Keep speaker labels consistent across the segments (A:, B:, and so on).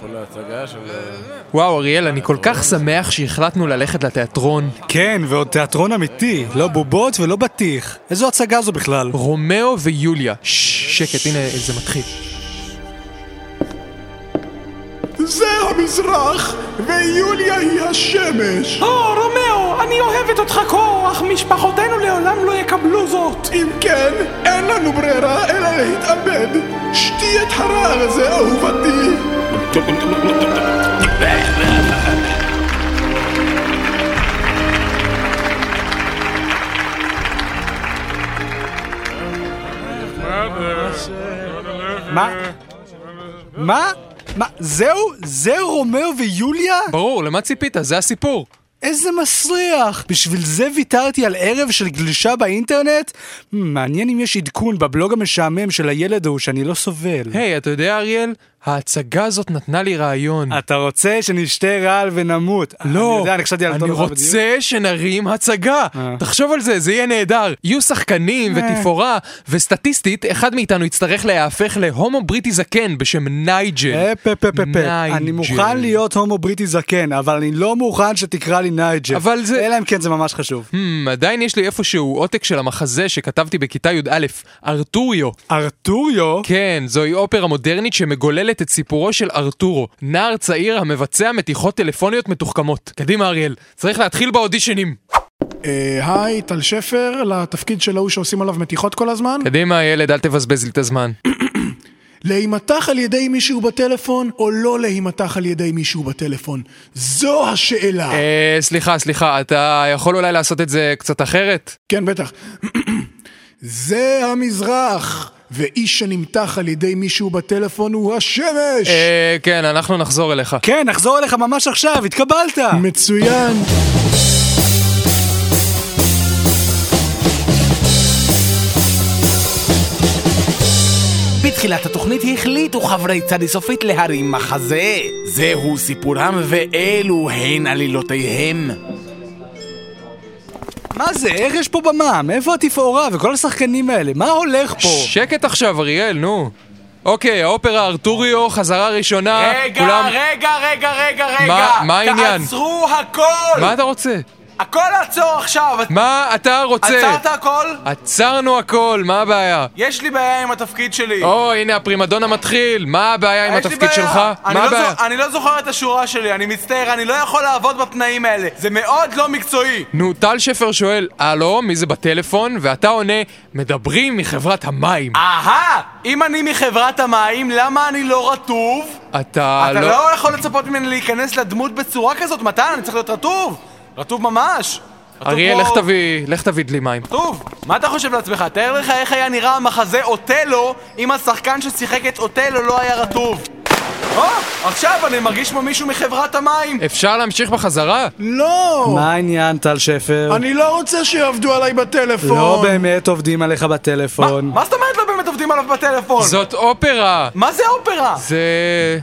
A: פה להצגה של...
B: וואו, אריאל, אני כל כך שמח שהחלטנו ללכת לתיאטרון.
C: כן, ועוד תיאטרון אמיתי, לא בובות ולא בטיח. איזו הצגה זו בכלל?
B: רומאו ויוליה. ששש, שקט, הנה, זה מתחיל.
D: זה המזרח, ויוליה היא השמש.
E: או, לא, רומאו, אני אוהבת אותך כה, אך משפחותינו לעולם לא יקבלו זאת.
D: אם כן, אין לנו ברירה אלא להתאבד. שתי את הרעל הזה, אהובתי.
C: מה? מה? מה? זהו? זהו רומאו ויוליה?
B: ברור, למה ציפית? זה הסיפור.
C: איזה מסריח! בשביל זה ויתרתי על ערב של גלישה באינטרנט? "Hmm, מעניין אם יש עדכון בבלוג המשעמם של הילד ההוא שאני לא סובל.
B: היי, אתה יודע, אריאל? ההצגה הזאת נתנה לי רעיון.
C: אתה רוצה שנשתה רעל ונמות? "אה,
B: לא,
C: אני יודע, אני חשבתי על אותו
B: אני
C: דבר בדיוק.
B: רוצה שנרים הצגה.
C: אה.
B: תחשוב על זה, זה יהיה נהדר. יהיו שחקנים ותפאורה, וסטטיסטית, אחד מאיתנו יצטרך להיהפך להומו בריטי זקן בשם נייג'ל.
C: אה, פה פה פה פה.
B: נייג'ל.
C: אני מוכן להיות הומו בריטי זקן, אבל אני לא מוכן שתקרא לי נייג'ל.
B: אבל זה-
C: אלא אם כן זה ממש חשוב.
B: Hmm, עדיין יש לי איפשהו עותק של המחזה שכתבתי בכיתה י"א, ארתוריו.
C: ארתוריו?
B: כן, זוהי אופרה מודרנית שמגוללת את סיפורו של ארתורו, נער צעיר המבצע מתיחות טלפוניות מתוחכמות. קדימה אריאל, צריך להתחיל באודישנים.
D: אה, היי, טל שפר, לתפקיד של ההוא שעושים עליו מתיחות כל הזמן.
B: קדימה ילד, אל תבזבז לי את הזמן.
D: להימתח על ידי מישהו בטלפון, או לא להימתח על ידי מישהו בטלפון? זו השאלה.
B: אה, סליחה, סליחה, אתה יכול אולי לעשות את זה קצת אחרת?
D: כן, בטח. זה המזרח, ואיש שנמתח על ידי מישהו בטלפון הוא השמש!
B: אה, כן, אנחנו נחזור אליך.
C: כן, נחזור אליך ממש עכשיו, התקבלת!
D: מצוין!
F: בתחילת התוכנית החליטו חברי צדי סופית להרים מחזה. זהו סיפורם ואלו הן עלילותיהם.
C: מה זה? איך יש פה במה? מאיפה התפאורה וכל השחקנים האלה? מה הולך פה?
B: שקט עכשיו, אריאל, נו. אוקיי, האופרה ארתוריו, חזרה ראשונה,
F: רגע,
B: כולם...
F: רגע, רגע, רגע, רגע.
B: מה- מה העניין?
F: תעצרו הכל!
B: מה אתה רוצה?
F: הכל עצור עכשיו!
B: מה אתה רוצה?
F: עצרת אוקיי. הכל?
B: עצרנו הכל, מה הבעיה?
F: יש לי בעיה עם התפקיד שלי.
B: או, הנה הפרימדונה מתחיל, מה הבעיה עם
F: יש לי
B: התפקיד
F: בעיה.
B: שלך?
F: אני
B: מה
F: לא
B: הבעיה?
F: זוכ- אני לא זוכר את השורה שלי, אני מצטער, אני לא יכול לעבוד בתנאים האלה. זה מאוד לא מקצועי.
B: נו, טל שפר שואל, הלו, מי זה בטלפון? ואתה עונה, מדברים מחברת המים.
F: אהה! אם אני מחברת המים, למה אני לא רטוב?
B: אתה
F: אתה
B: לא...
F: לא יכול לצפות ממני להיכנס לדמות בצורה כזאת, מתן, אני צריך להיות רטוב! רטוב ממש! רטוב
B: אריאל,
F: כמו-
B: לך תביא, לך תביא דלי מים.
F: רטוב! מה אתה חושב לעצמך? תאר לך איך היה נראה המחזה אוטלו אם השחקן ששיחק את אוטלו לא היה רטוב. או, עכשיו אני מרגיש כמו מישהו מחברת המים!
B: אפשר להמשיך בחזרה?
D: לא!
C: מה העניין, טל שפר?
D: אני לא רוצה שיעבדו עליי בטלפון!
C: לא באמת עובדים עליך
F: מה-
C: בטלפון.
F: מה זאת אומרת לא באמת עובדים עליו בטלפון?
B: זאת אופרה!
F: מה זה אופרה?
B: זה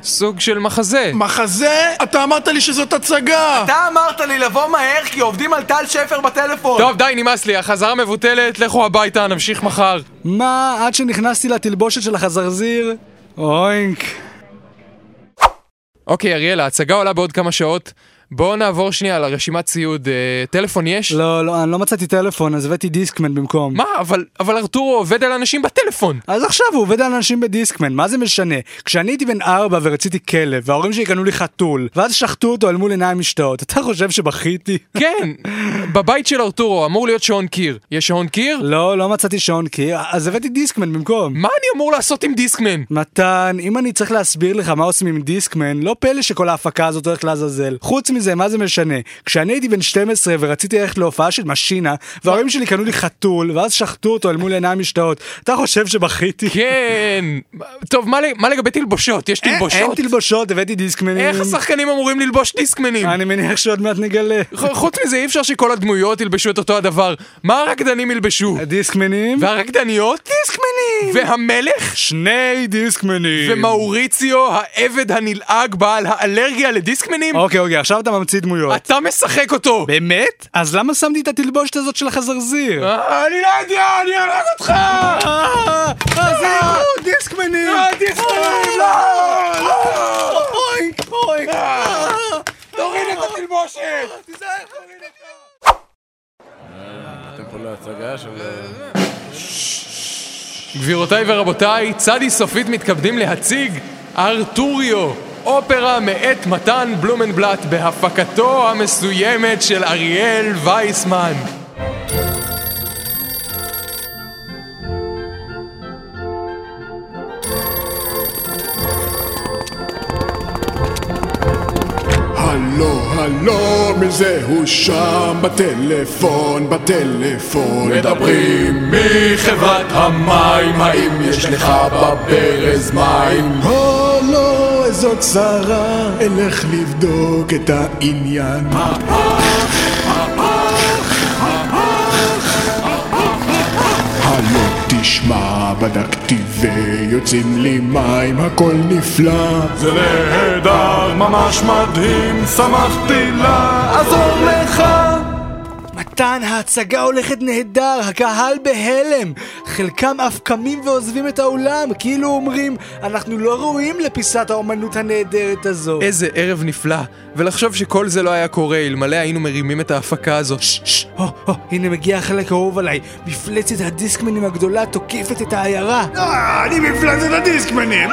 B: סוג של מחזה.
D: מחזה? אתה אמרת לי שזאת הצגה!
F: אתה אמרת לי לבוא מהר כי עובדים על טל שפר בטלפון!
B: טוב, די, נמאס לי, החזרה מבוטלת, לכו הביתה, נמשיך מחר.
C: מה, עד שנכנסתי לתלבושת של החזרזיר? אוינק.
B: אוקיי, אריאל, ההצגה עולה בעוד כמה שעות. בואו נעבור שנייה לרשימת ציוד. אה, טלפון יש?
C: לא, לא, אני לא מצאתי טלפון, אז הבאתי דיסקמן במקום.
B: מה, אבל, אבל ארתורו עובד על אנשים בטלפון.
C: אז עכשיו הוא עובד על אנשים בדיסקמן, מה זה משנה? כשאני הייתי בן ארבע ורציתי כלב, וההורים שלי קנו לי חתול, ואז שחטו אותו אל מול עיניים משתאות, אתה חושב שבכיתי?
B: כן, בבית של ארתורו אמור להיות שעון קיר. יש שעון קיר?
C: לא, לא מצאתי שעון קיר, אז הבאתי דיסקמן במקום.
B: מה אני אמור לעשות עם דיסקמן?
C: מתן, אם אני צריך להסביר לך מה עושים עם דיסקמן, לא פלא שכל ההפקה הזאת הולכת לעזאזל. חוץ מזה, מה זה משנה? כשאני הייתי בן 12 ורציתי ללכת להופעה של משינה, וההורים שלי קנו לי חתול, ואז שחטו אותו אל מול עיניים משתאות. אתה חושב שבכיתי?
B: כן. טוב, מה, ל- מה לגבי תלבושות? יש
C: אה, אין- אין
B: תלבושות?
C: תלבושות, הבאתי דיסקמנים.
B: איך השחקנים אמורים ללבוש דיסקמנים?
C: אני מניח שעוד מעט נגלה.
B: ח- חוץ מזה, אי אפשר שכל הדמויות ילבשו את אותו הדבר. מה הרקדנים ילבשו?
C: דיסקמנים?
B: והרקדניות? דיסקמנים! והמלך?
C: שני דיסקמנים.
B: ומאוריציו, העבד הנלעג בעל האלרגיה לדיסקמנים?
C: אוקיי, אוקיי, עכשיו אתה ממציא דמויות.
B: אתה משחק אותו!
C: באמת? אז למה שמתי את התלבושת הזאת של החזרזיר?
B: אה, אני לא יודע, אני הרג אותך!
C: עזבו, דיסקמנים!
B: אה, דיסקמנים! אה, לא! אה.
C: אוי,
B: בבושת!
A: אתם פה להצגה של... אה,
B: גבירותיי ורבותיי, צדי סופית מתכבדים להציג ארטוריו, אופרה מאת מתן בלומנבלט בהפקתו המסוימת של אריאל וייסמן.
D: הלו, הלו, מי זה הוא שם? בטלפון, בטלפון.
A: מדברים מחברת המים, האם יש לך בברז מים?
D: או לא, איזו צרה, אלך לבדוק את העניין. הלו, תשמע, בדקתי ויוצאים לי מים, הכל נפלא.
A: זה נהדר, ממש מדהים, שמחתי לעזור לך.
C: מתן, ההצגה הולכת נהדר, הקהל בהלם. חלקם אף קמים ועוזבים את האולם, כאילו אומרים, אנחנו לא ראויים לפיסת האומנות הנהדרת הזו.
B: איזה ערב נפלא, ולחשוב שכל זה לא היה קורה אלמלא היינו מרימים את ההפקה הזאת.
C: הו, הו, הנה מגיע החלק האהוב עליי. מפלצת הדיסקמנים הגדולה תוקפת את העיירה.
D: אני מפלצת הדיסקמנים!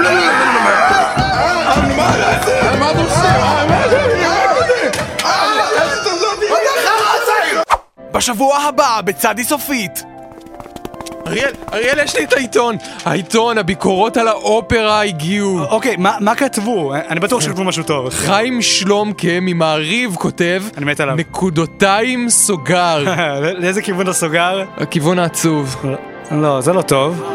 F: בשבוע הבא, בצדי סופית.
B: אריאל, אריאל, יש לי את העיתון! העיתון, הביקורות על האופרה הגיעו.
C: אוקיי, מה מה כתבו? אני בטוח שכתבו משהו טוב.
B: חיים שלומקה ממעריב כותב,
C: אני מת עליו.
B: נקודותיים סוגר.
C: לא, לאיזה כיוון הסוגר?
B: הכיוון העצוב.
C: לא, זה לא טוב.